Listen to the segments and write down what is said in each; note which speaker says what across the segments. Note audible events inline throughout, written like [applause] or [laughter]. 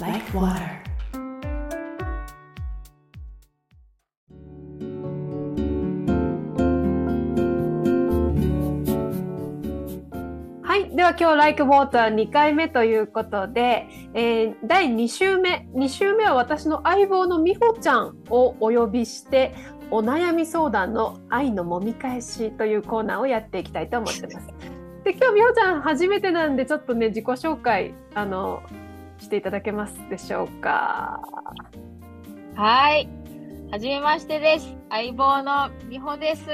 Speaker 1: like water. はい。では今日 Like Water 2回目ということで、えー第2週目。2週目は私の相棒の美穂ちゃんをお呼びして、お悩み相談の愛の揉み返しというコーナーをやっていきたいと思って [laughs] ます。で、今日美穂ちゃん初めてなんで、ちょっとね、自己紹介、あの、していただけますでしょうか。
Speaker 2: はい。はじめましてです。相棒のみほです。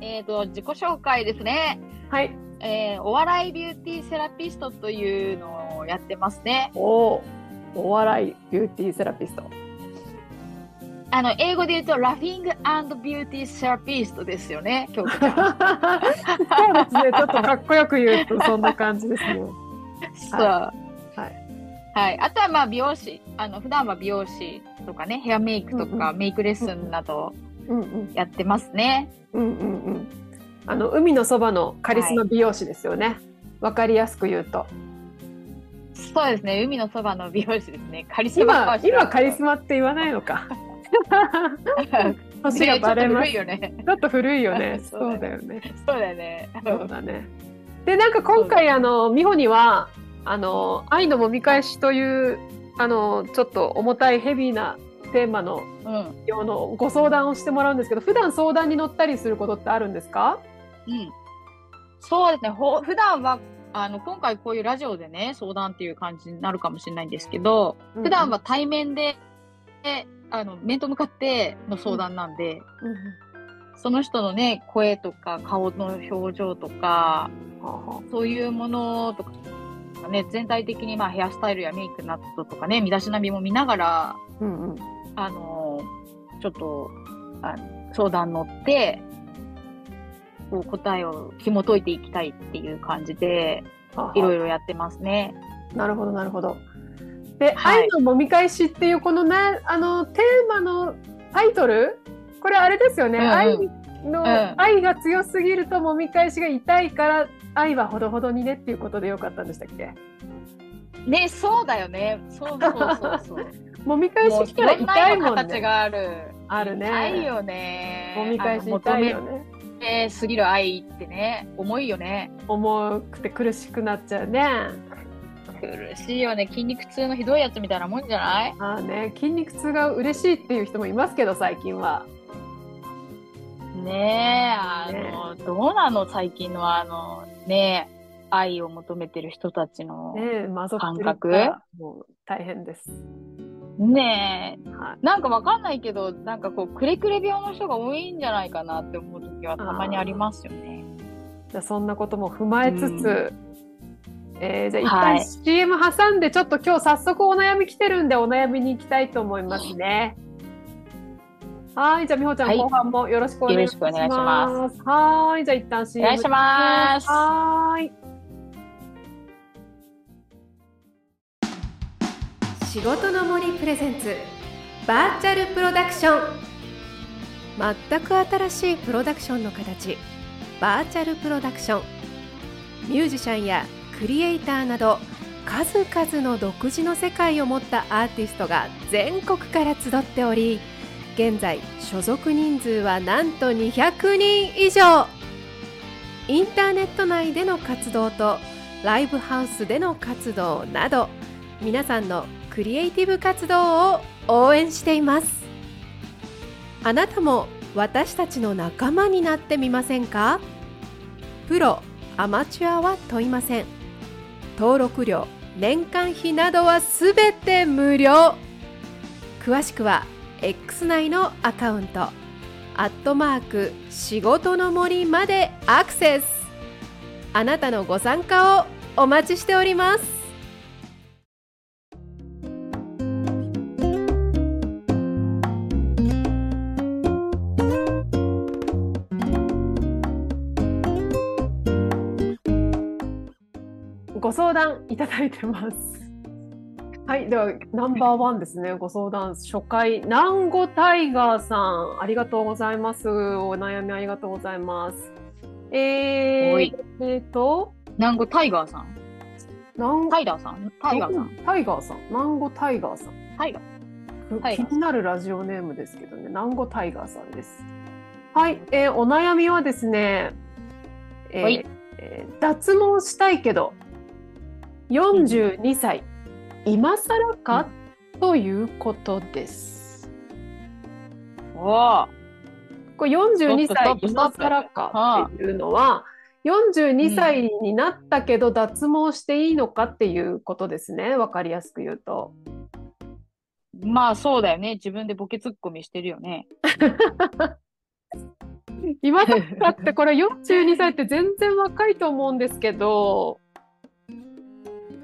Speaker 2: えっ、と、自己紹介ですね。
Speaker 1: はい。
Speaker 2: えーお笑いビューティーセラピストというのをやってますね。
Speaker 1: おーお笑いビューティーセラピ [laughs] スト。
Speaker 2: あの、英語で言うと、ラフィングビューティーセラピストですよね、今日。
Speaker 1: そうですね。ちょっとかっこよく言うとそんな感じですね。
Speaker 2: そう。はい。
Speaker 1: は
Speaker 2: はい。あとは、まあ、美容師。あの、普段は美容師とかね、ヘアメイクとか、
Speaker 1: うんうん
Speaker 2: メイクレッスンなど
Speaker 1: [laughs] うんうん
Speaker 2: やってますね。
Speaker 1: うんうんうん。あの海のそばのカリスマ美容師ですよね。わ、かりやすく言うと。
Speaker 2: そうですね、海のそばの美容師ですね。カリスマ
Speaker 1: 今今カリ
Speaker 2: マ
Speaker 1: スマって言わないの [laughs] か。
Speaker 2: ね
Speaker 1: 年がバレます。
Speaker 2: ちょっと古いよね。
Speaker 1: ちょっと古いよね。
Speaker 2: そう
Speaker 1: [laughs] そう
Speaker 2: だ
Speaker 1: だよね。
Speaker 2: [laughs] そうだよね。
Speaker 1: そうだね。でなんか今回あの美穂にはあの愛の揉み返しというあのちょっと重たいヘビーなテーマの
Speaker 2: うん。うん。
Speaker 1: 用のご相談をしてもらうんですけど、普段相談に乗ったりすることってあるんですか？
Speaker 2: そうですね。ほ普段はあの今回こういうラジオでね相談っていう感じになるかもしれないんですけど、普段は対面で、であの面と向かっての相談なんで、
Speaker 1: うんうん、
Speaker 2: その人のね声とか顔の表情とか
Speaker 1: は
Speaker 2: そういうものとか。ね、全体的にまあヘアスタイルやメイクなどとかね身だしなみも見ながら
Speaker 1: あはあうんうん
Speaker 2: あのちょっとあの相談乗って、こう答えを紐解いていきたいっていう感じで、
Speaker 1: はあはあ
Speaker 2: いろいろやってますね。
Speaker 1: なるほどなるほど。で、
Speaker 2: はい
Speaker 1: 愛の揉み返しっていうこのねあのテーマのタイトルこれあれですよね、
Speaker 2: うんうん
Speaker 1: 愛
Speaker 2: う
Speaker 1: の、
Speaker 2: ん
Speaker 1: 愛が強すぎると揉み返しが痛いから愛はほどほどにねっていうことでよかったんでしたっけ
Speaker 2: ね、そうだよね。そうそうそうそう。
Speaker 1: 揉み返
Speaker 2: [laughs] もう
Speaker 1: し
Speaker 2: い
Speaker 1: 来たら
Speaker 2: ろんな
Speaker 1: 痛い
Speaker 2: 色
Speaker 1: も
Speaker 2: の
Speaker 1: ん
Speaker 2: 形
Speaker 1: ね。
Speaker 2: がある。
Speaker 1: あるね
Speaker 2: 痛いよね。
Speaker 1: 揉み返し痛いよね。
Speaker 2: あの求めすぎる愛ってね、重いよね。
Speaker 1: 重くて苦しくなっちゃうね。
Speaker 2: 苦しいよね。筋肉痛のひどいやつみたいなもんじゃない
Speaker 1: あーね、筋肉痛が嬉しいっていう人もいますけど最近は。
Speaker 2: ねえ、あの、どうなの最近のあの、ねえ、愛を求めてる人たちの。
Speaker 1: ねえ、マゾ
Speaker 2: 感覚
Speaker 1: もう大変です。
Speaker 2: ねえ、
Speaker 1: はい
Speaker 2: なんかわかんないけど、なんかこう、くれくれ病の人が多いんじゃないかなって思う時はたまにありますよね。
Speaker 1: じゃあそんなことも踏まえつつ、
Speaker 2: う
Speaker 1: えーじゃあ
Speaker 2: はい
Speaker 1: 一旦 CM 挟んでちょっと今日早速お悩み来てるんでお悩みに行きたいと思いますね。はい、じゃあ美穂ちゃん、
Speaker 2: はい
Speaker 1: 後半もよろしくお願いします。
Speaker 2: よろしくお願
Speaker 1: す。はーい、じゃあ一旦
Speaker 2: お
Speaker 1: CM
Speaker 2: 願いします。
Speaker 1: はーい。仕事の森プレゼンツバーチャルプロダクション全く新しいプロダクションの形バーチャルプロダクションミュージシャンやクリエイターなど数々の独自の世界を持ったアーティストが全国から集っており現在所属人数はなんと200人以上インターネット内での活動とライブハウスでの活動など皆さんのクリエイティブ活動を応援していますあなたも私たちの仲間になってみませんかプロアマチュアは問いません登録料年間費などはすべて無料詳しくは X 内のアカウントアットマーク仕事の森までアクセスあなたのご参加をお待ちしておりますご相談いただいてます [laughs] はいではナンバーワンですねご相談初回南後タイガーさんありがとうございますお悩みありがとうございますえ
Speaker 2: お
Speaker 1: ー
Speaker 2: い、
Speaker 1: えーと
Speaker 2: 南後タイガーさん。
Speaker 1: 南
Speaker 2: タイラーさんタイガーさん。
Speaker 1: タイガーさん。南語タイガーさん。
Speaker 2: タイガー。
Speaker 1: く
Speaker 2: タイガーさん
Speaker 1: 気になるラジオネームですけどね、南語タイガーさんです。はい、えーお悩みはですね、えー
Speaker 2: はい
Speaker 1: えー脱毛したいけど、42歳、今更か、ということです。
Speaker 2: おー
Speaker 1: これ42
Speaker 2: ストッ
Speaker 1: 歳
Speaker 2: プストッ
Speaker 1: 今
Speaker 2: プ
Speaker 1: 更かっていうのは、42歳になったけど脱毛していいのかっていうことですね、わかりやすく言うと。
Speaker 2: まあそうだよね。自分でボケツッコミしてるよね。
Speaker 1: 今だったってこれ42歳って全然若いと思うんですけど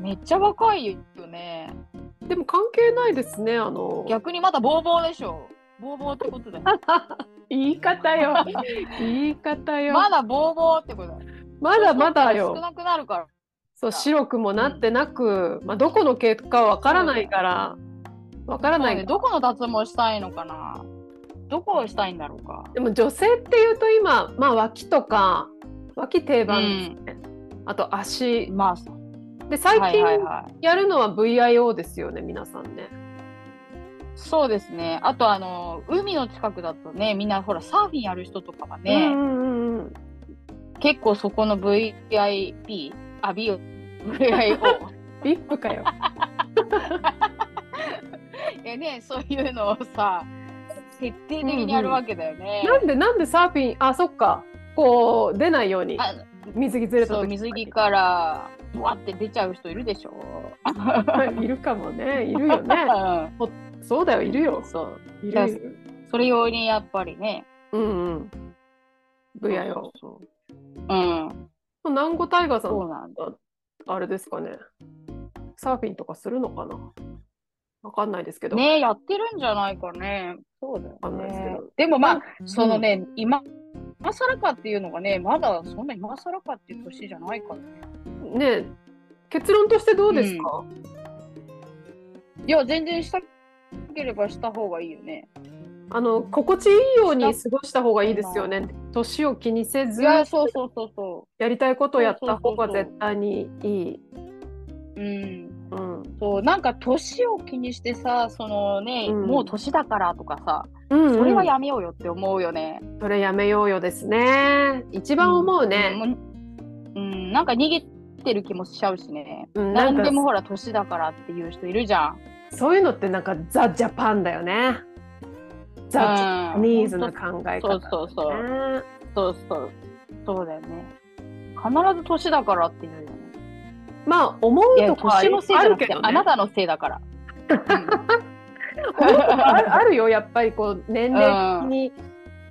Speaker 2: めっちゃ若いよね。
Speaker 1: でも関係ないですねあの
Speaker 2: 逆にまだボーボーでしょ。ボーボーってことだよ。
Speaker 1: 言い方
Speaker 2: [laughs]
Speaker 1: よ言い方よ
Speaker 2: ま
Speaker 1: ま
Speaker 2: だボーボーってことだよ。
Speaker 1: だまだ
Speaker 2: 少
Speaker 1: よ
Speaker 2: なくなるから。
Speaker 1: そう白くもなってなく、まあ、どこの結果はわからないからわから
Speaker 2: そ
Speaker 1: な
Speaker 2: う
Speaker 1: い、
Speaker 2: ね、どこの脱毛したいのかなどこをしたいんだろうか。
Speaker 1: でも女性っていうと今、まあ、脇とか脇定番ですね、あと足
Speaker 2: まあそう、
Speaker 1: で最近
Speaker 2: はいはいはい。
Speaker 1: やるのは VIO ですよね皆さんね
Speaker 2: そうですね。あとあの、海の近くだとね、みんなほら、サーフィンやる人とかは
Speaker 1: う
Speaker 2: ね、
Speaker 1: んうんうん
Speaker 2: 結構そこの VIP、あ、B を、VIO。
Speaker 1: [laughs] リップかよ
Speaker 2: えね、そういうのをさ、徹底的にやるわけだよね。
Speaker 1: なんでなんでサーフィンあそっかこう出ないように
Speaker 2: あ
Speaker 1: 水着ずれた
Speaker 2: そう
Speaker 1: 時
Speaker 2: 水着から、ぶわって出ちゃう人いるでしょ。
Speaker 1: [laughs] いるかもねいるよね
Speaker 2: う
Speaker 1: そうだよいるよ
Speaker 2: ん。そう。
Speaker 1: い
Speaker 2: だ
Speaker 1: るいる
Speaker 2: それ用にやっぱりね。
Speaker 1: うんうん VIO
Speaker 2: そうそうそう。うん。
Speaker 1: 南郷タイガーさ
Speaker 2: そ
Speaker 1: ん
Speaker 2: うなんだ。
Speaker 1: あれですかねサーフィンとかするのかなわかんないですけど、
Speaker 2: ねやってるんじゃないかね。そうだよ、ね。
Speaker 1: わかんないですけど
Speaker 2: でもまあ、そのね、今、今更かっていうのがね、まだそんな今更かっていう年じゃないからね。
Speaker 1: ねえ結論としてどうですか、
Speaker 2: いや、全然したければした方がいいよね。
Speaker 1: あの心地いいように過ごした方がいいですよね年を気にせ
Speaker 2: い
Speaker 1: ず
Speaker 2: や、
Speaker 1: や
Speaker 2: そうそうそうそ
Speaker 1: りたいことをやった方が絶対にいい、
Speaker 2: う。うん。
Speaker 1: うん
Speaker 2: そう、なんか年を気にしてさ、そのね、
Speaker 1: うん
Speaker 2: もう年だからとかさ、
Speaker 1: うんうん
Speaker 2: それはやめようよって思うよね。
Speaker 1: それやめようよですね一番思うね、
Speaker 2: うん。うん、なんか逃げてる気もしちゃうしね。
Speaker 1: うんな
Speaker 2: なんん
Speaker 1: か
Speaker 2: でもほら、年だからっていう人いるじゃん。
Speaker 1: そういうのってなんかザ・ジャパンだよねザ・ジャパ
Speaker 2: うん
Speaker 1: ニーズな考え
Speaker 2: そう
Speaker 1: 方
Speaker 2: そうそう。
Speaker 1: ね
Speaker 2: そうそう。そうだよね。必ず年だからっていうよね。
Speaker 1: まあ思
Speaker 2: いうや、
Speaker 1: とこは
Speaker 2: 年のせいじ
Speaker 1: あ
Speaker 2: ゃ
Speaker 1: る
Speaker 2: なく
Speaker 1: け
Speaker 2: て、
Speaker 1: ど、ね、
Speaker 2: あなたのせいだから。
Speaker 1: 思うとこあるあるよやっぱりこう年齢的に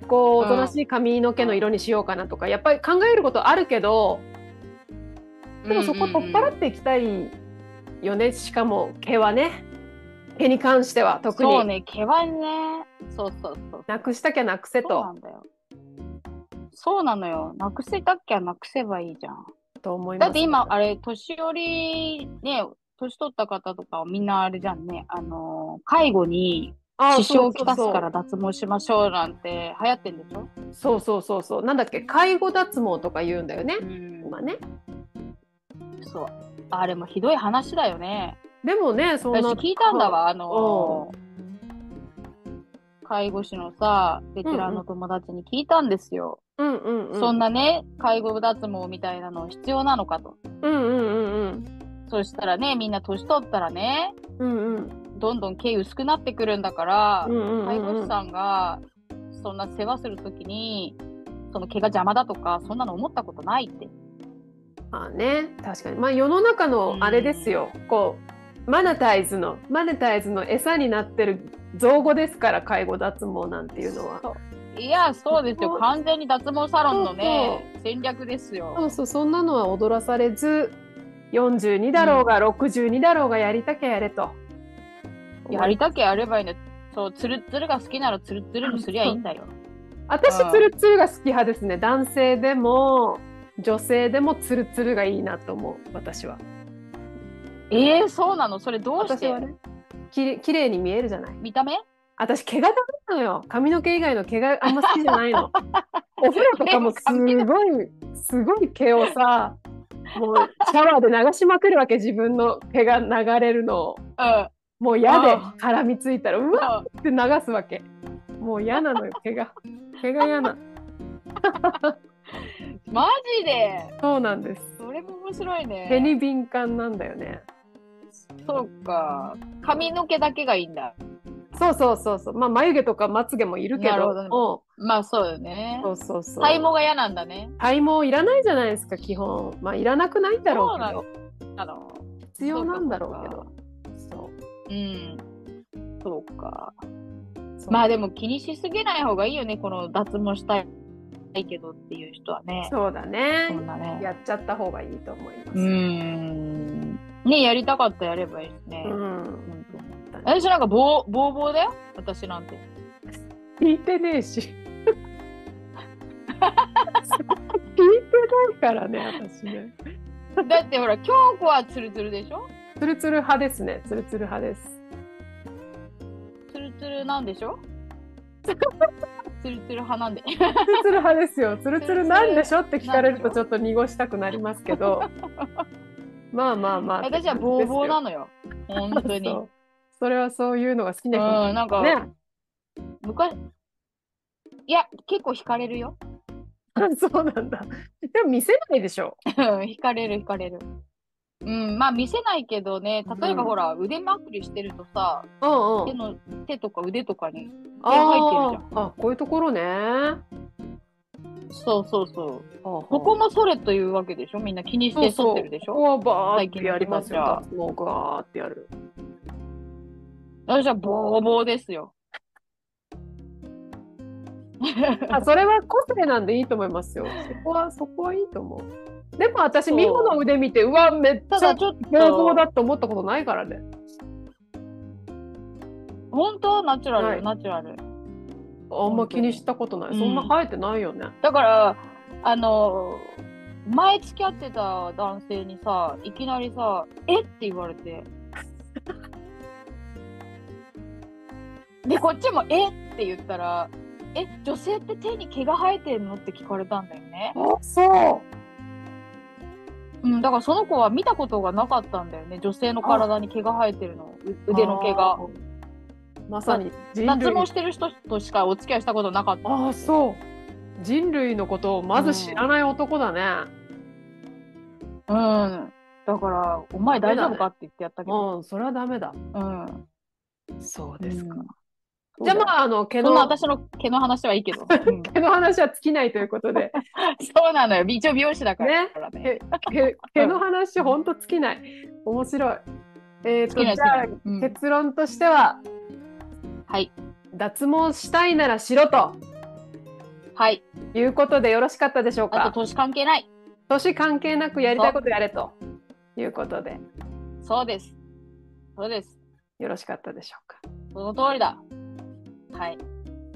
Speaker 1: こうおとなしい髪の毛の色にしようかなとかやっぱり考えることあるけどでもそこ取っ払っていきたいよねしかも毛はね毛に関しては特
Speaker 2: そう
Speaker 1: に
Speaker 2: ね、毛はね。そうそうそう。
Speaker 1: なくしたきゃなくせ
Speaker 2: そう
Speaker 1: と
Speaker 2: なんだよ。そうなのよ。なくせたっけはなくせばいいじゃん。
Speaker 1: と思います
Speaker 2: だって今、あれ、年寄り、ね、年取った方とかはみんなあれじゃんね。あのー、介護に
Speaker 1: あ
Speaker 2: 支
Speaker 1: ー
Speaker 2: 障
Speaker 1: そ
Speaker 2: を
Speaker 1: うそうそ
Speaker 2: き
Speaker 1: う
Speaker 2: たすから脱毛しましょうなんて流行ってんでしょ
Speaker 1: そうそうそうそうなんだっけ介護脱毛とか言うんだよね
Speaker 2: うん
Speaker 1: 今ね
Speaker 2: そう。あれもひどい話だよね。
Speaker 1: でもねそん
Speaker 2: 私
Speaker 1: な
Speaker 2: 聞いたんだわ、あのー介護士のさ、ベテランの友達に聞いたんですよ。
Speaker 1: うんうんうん
Speaker 2: そんなね、介護脱毛みたいなの必要なのかと。
Speaker 1: うんうんうん
Speaker 2: そしたらね、みんな年取ったらね、
Speaker 1: うんうん
Speaker 2: どんどん毛薄くなってくるんだから、
Speaker 1: うんうん
Speaker 2: 介護
Speaker 1: うんう
Speaker 2: 士
Speaker 1: ん
Speaker 2: さんがそんな世話するときに、その毛が邪魔だとか、そんなの思ったことないって。
Speaker 1: まあね確かにまあ世の中のあれですよこうマネタイズのマネタイズの餌になってる造語ですから介護脱毛なんていうのは
Speaker 2: そういや、そうですよ。完全に脱毛サロンのね、戦略ですよ。
Speaker 1: そうそうそんなのは踊らされず42だろうが62だろうがやりたきゃやれと、
Speaker 2: やりたけやればいいんだよ。そう、つるつるが好きならつるつるにすりゃいいんだよ。
Speaker 1: 私
Speaker 2: うん
Speaker 1: ツルツルが好き派ですね男性でも女性でもツルツルがいいなと思う私は
Speaker 2: ええー、そうなのそれどうし
Speaker 1: 私
Speaker 2: て
Speaker 1: はねきれ綺麗に見えるじゃない
Speaker 2: 見た目
Speaker 1: 私毛がダメなのよ髪の毛以外の毛があんま好
Speaker 2: [laughs]
Speaker 1: きじゃないのお風呂とかもすごいすごい毛をさもうシャワーで流しまくるわけ自分の毛が流れるのをもう嫌で
Speaker 2: あ
Speaker 1: 絡みついたらうわって流すわけもう嫌なのよ毛が毛が嫌な
Speaker 2: うんマジで
Speaker 1: そうなんです
Speaker 2: それも面白いね。
Speaker 1: 毛に敏感なんだよね
Speaker 2: そうか。髪の毛だけがいいんだ。
Speaker 1: そうそうそうそうまあ眉毛とかまつげもいるけど
Speaker 2: なるほどね
Speaker 1: も
Speaker 2: まあそうよね
Speaker 1: う。そうそうそう
Speaker 2: 体毛が嫌なんだね。
Speaker 1: 体毛いらないじゃないですか基本まあいらなくないんだろうけど
Speaker 2: あの、
Speaker 1: 必要なんだろうけどそう
Speaker 2: うん。そうか。
Speaker 1: そう
Speaker 2: まあでも気にしすぎない方がいいよね。この脱毛したいけどっていう人はね。
Speaker 1: そうだ
Speaker 2: そ
Speaker 1: ね
Speaker 2: うだね。
Speaker 1: やっちゃった方がいいと思います
Speaker 2: うーん。ねやりたかったらやればいいしね。
Speaker 1: うん
Speaker 2: 本当に私なんかボーボーボーだよ。私なんて。
Speaker 1: 聞いてねえし [laughs] 聞いてないからね私ね
Speaker 2: だってほら、京子はツルツルでしょ
Speaker 1: ツルツル派ですねツルツル派です
Speaker 2: ツルツルなんでしょツルツル派なん
Speaker 1: [laughs]
Speaker 2: で。
Speaker 1: ツルツル派ですよツルツルなんでしょって聞かれるとちょっと濁したくなりますけ [laughs] どまあまあまあ
Speaker 2: 私はボーボーな
Speaker 1: の
Speaker 2: のよ。本当に。うん、
Speaker 1: それはそういうのが好きな人も
Speaker 2: なんか、
Speaker 1: ね
Speaker 2: 昔、いや、結構惹かれるよ。
Speaker 1: [laughs] そうなんだ。でも見せないでしょ。
Speaker 2: 惹かれる、惹かれる。うん、まあ見せないけどね、例えば
Speaker 1: うん
Speaker 2: ほら、腕まくりしてるとさ、
Speaker 1: うん
Speaker 2: 手。の、手とか腕とかに。
Speaker 1: あ
Speaker 2: 入ってる
Speaker 1: ーあ、こういうところね。あ
Speaker 2: そうそうそう。
Speaker 1: こ
Speaker 2: ここもそれというわけでしょみんな気にして剃ってるでし
Speaker 1: こ
Speaker 2: ょ
Speaker 1: こはバーってやりますよ。脱毛ガーってやる。
Speaker 2: 私はボーボーですよ。
Speaker 1: あ、それは個性なんでいいと思いますよ。そこは、そこはいいと思う。でも私、美穂の腕見て、うわ、めったちゃ
Speaker 2: だちょっ
Speaker 1: ボーボー
Speaker 2: と、
Speaker 1: だって思ったことないからね。
Speaker 2: 本当ナチュラル、
Speaker 1: はい
Speaker 2: ナチュラル。
Speaker 1: あんま気にしたことない。
Speaker 2: うん
Speaker 1: そんな生えてないよね。
Speaker 2: だから、あの、前付き合ってた男性にさ、いきなりさ、えって言われて。で、こっちも、えって言ったら、え、女性って手に毛が生えてんのって聞かれたんだよね。
Speaker 1: あ、そ
Speaker 2: うん、だからその子は見たことがなかったんだよね。女性の体に毛が生えてるの。う
Speaker 1: う
Speaker 2: 腕の毛が。。
Speaker 1: まさに人
Speaker 2: 脱
Speaker 1: 類
Speaker 2: 毛してる人としかお付き合いしたことなかった。
Speaker 1: ああそう人類のことをまず知らない男だね
Speaker 2: うん。だから、お前大丈夫かって言ってやったけど。
Speaker 1: うん、それはダメだ
Speaker 2: うん。
Speaker 1: そう
Speaker 2: うん
Speaker 1: じゃあまああの毛
Speaker 2: そん
Speaker 1: の
Speaker 2: な私の毛の話はい
Speaker 1: [laughs]
Speaker 2: いけど。うん
Speaker 1: 毛の話は尽きないということ
Speaker 2: [laughs]
Speaker 1: で
Speaker 2: そうなのよ。一応美容師だから
Speaker 1: ね
Speaker 2: ね。
Speaker 1: 毛毛毛の話ほんと尽きない面白いえー、と
Speaker 2: 好
Speaker 1: じ
Speaker 2: きな
Speaker 1: ゃ
Speaker 2: 好きな
Speaker 1: あ、
Speaker 2: うん
Speaker 1: 結論としては
Speaker 2: はい。
Speaker 1: 脱毛したいならしろと
Speaker 2: はい。
Speaker 1: いうことでよろしかったでしょう
Speaker 2: あと
Speaker 1: か
Speaker 2: 年関係ない。
Speaker 1: 年関係なくやりたいことやれということで
Speaker 2: そうです。そうです。
Speaker 1: よろしかったでしょうか
Speaker 2: その通りだ。はい。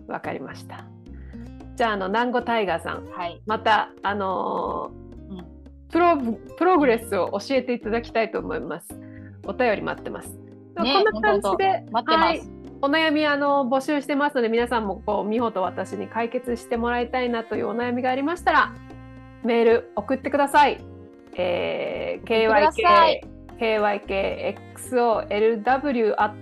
Speaker 1: わかりましたじゃああの南後タイガーさん
Speaker 2: はい。
Speaker 1: またあのー
Speaker 2: うん
Speaker 1: プロプログレスを教えていただきたいと思います。お便り待ってます。
Speaker 2: ね
Speaker 1: こんな感じで
Speaker 2: 待ってま
Speaker 1: はい
Speaker 2: す。
Speaker 1: お悩みあの募集してますので皆さんもこう美穂と私に解決してもらいたいなというお悩みがありましたらメール送ってください。えー、
Speaker 2: くださ
Speaker 1: KYK
Speaker 2: い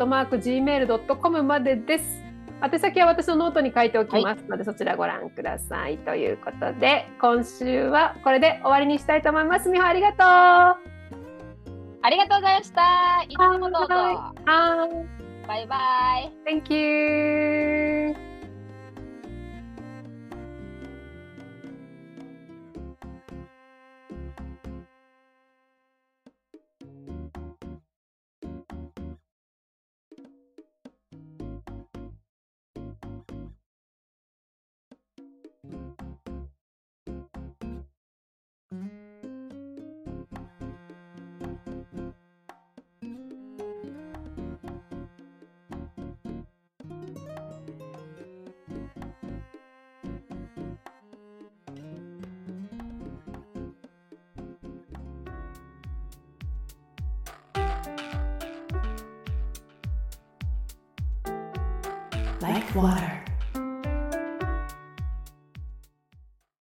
Speaker 1: kyKXOLW.gmail.com までです。宛先は私のノートに書いておきますので、そちらご覧ください。ということで今週はこれで終わりにしたいと思います。美穂ありがとう。
Speaker 2: ありがとうございました。いつもどうぞ。
Speaker 1: ははーい
Speaker 2: バイバイ。
Speaker 1: Thank you.
Speaker 3: like water.